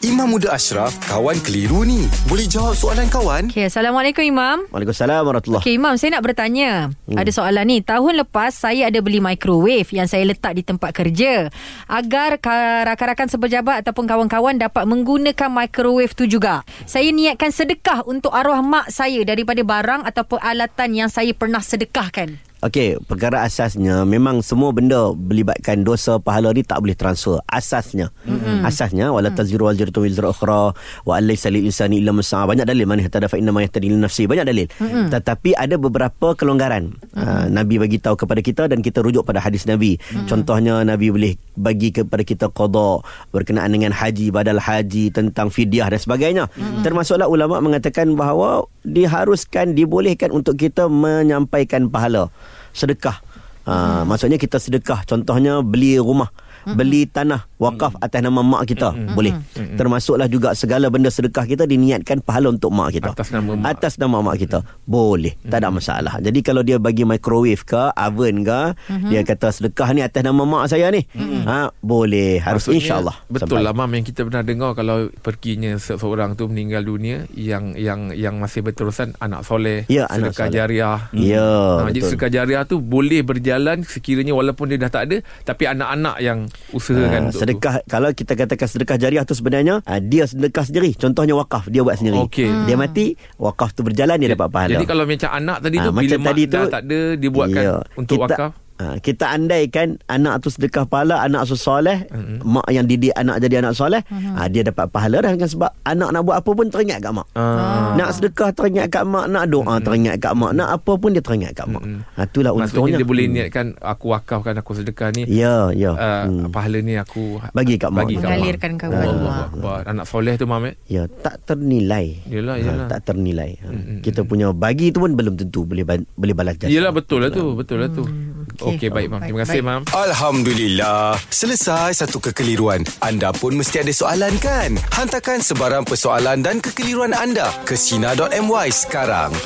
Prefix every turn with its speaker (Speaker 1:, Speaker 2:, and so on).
Speaker 1: Imam Muda Ashraf, kawan keliru ni. Boleh jawab soalan kawan?
Speaker 2: Okay, Assalamualaikum Imam.
Speaker 3: Waalaikumsalam warahmatullahi
Speaker 2: Okay Imam, saya nak bertanya. Hmm. Ada soalan ni. Tahun lepas saya ada beli microwave yang saya letak di tempat kerja agar ka- rakan-rakan sepejabat ataupun kawan-kawan dapat menggunakan microwave tu juga. Saya niatkan sedekah untuk arwah mak saya daripada barang ataupun alatan yang saya pernah sedekahkan.
Speaker 3: Okey, perkara asasnya memang semua benda melibatkan dosa pahala ni tak boleh transfer. Asasnya. Mm-hmm. Asasnya wala tazziru wal jirtu wizra ukhra wa an laysa lil insani illa masaa. Banyak dalil man ihtada fa inna ma yahtadi li nafsi. Banyak dalil. Mm-hmm. Tetapi ada beberapa kelonggaran. Mm-hmm. Uh, Nabi bagi tahu kepada kita dan kita rujuk pada hadis Nabi. Mm-hmm. Contohnya Nabi boleh bagi kepada kita qada berkenaan dengan haji, badal haji, tentang fidyah dan sebagainya. Mm-hmm. Termasuklah ulama mengatakan bahawa diharuskan dibolehkan untuk kita menyampaikan pahala sedekah. Ha, hmm. Maksudnya kita sedekah. Contohnya beli rumah. Mm-hmm. Beli tanah wakaf mm-hmm. atas nama mak kita mm-hmm. boleh. Mm-hmm. Termasuklah juga segala benda sedekah kita diniatkan pahala untuk mak kita.
Speaker 4: Atas nama mak.
Speaker 3: Atas nama mak kita. Mm-hmm. Boleh. Mm-hmm. Tak ada masalah. Jadi kalau dia bagi microwave ke oven ke mm-hmm. dia kata sedekah ni atas nama mak saya ni. Mm-hmm. Ha boleh. Harus
Speaker 4: Maksudnya,
Speaker 3: insya-Allah.
Speaker 4: Betul lah mam yang kita pernah dengar kalau perginya seseorang tu meninggal dunia yang yang yang masih berterusan anak soleh,
Speaker 3: Ya, anak
Speaker 4: sedekah
Speaker 3: soleh.
Speaker 4: jariah.
Speaker 3: Ya,
Speaker 4: Ha, jadi
Speaker 3: betul.
Speaker 4: sedekah jariah tu boleh berjalan sekiranya walaupun dia dah tak ada tapi anak-anak yang usahakan
Speaker 3: Ha,
Speaker 4: untuk kan tu.
Speaker 3: sedekah kalau kita katakan sedekah jariah tu sebenarnya ha, dia sedekah sendiri. Contohnya wakaf dia buat sendiri.
Speaker 4: Okey.
Speaker 3: Dia mati, wakaf tu berjalan dia dapat pahala.
Speaker 4: Jadi kalau macam anak tadi
Speaker 3: Ah,
Speaker 4: tu bila
Speaker 3: macam
Speaker 4: mak
Speaker 3: tadi
Speaker 4: dah
Speaker 3: tu,
Speaker 4: tak ada dia buatkan
Speaker 3: Ya.
Speaker 4: untuk
Speaker 3: kita,
Speaker 4: wakaf.
Speaker 3: Ha, kita andaikan anak tu sedekah pahala, anak tu soleh,
Speaker 4: Hmm.
Speaker 3: mm-hmm. mak yang didik anak jadi anak soleh, mm-hmm. ha, dia dapat pahala dah dengan sebab anak nak buat apa pun teringat kat mak.
Speaker 4: Ah.
Speaker 3: Nak sedekah teringat kat mak, nak doa mm-hmm. teringat kat mak, nak apa pun dia teringat kat mak.
Speaker 4: Mm-mm.
Speaker 3: Mm-hmm. Ha, itulah
Speaker 4: Hmm. Maksudnya
Speaker 3: untungnya.
Speaker 4: dia boleh niatkan aku wakafkan aku sedekah ni.
Speaker 3: Ya, ya.
Speaker 4: Uh,
Speaker 3: Hmm.
Speaker 4: pahala ni aku
Speaker 3: Bagi kat mak.
Speaker 4: bagi kat
Speaker 2: Mengalirkan
Speaker 4: mak.
Speaker 2: ke
Speaker 4: Allah
Speaker 2: mak.
Speaker 4: Akbar. Anak soleh tu mam eh.
Speaker 3: Ya, tak ternilai.
Speaker 4: Yelah, yelah. Mm,
Speaker 3: Ha, tak ternilai. Ha, mm-hmm. Kita punya bagi tu pun belum tentu boleh ba- boleh balas jasa.
Speaker 4: Yelah betul lah tu, betul lah tu.
Speaker 2: Hmm, okey.
Speaker 4: Okey baik mam. Terima kasih
Speaker 2: Baik,
Speaker 4: mam.
Speaker 1: Alhamdulillah. Selesai satu kekeliruan. Anda pun mesti ada soalan kan? Hantarkan sebarang persoalan dan kekeliruan anda ke Sina.my sekarang.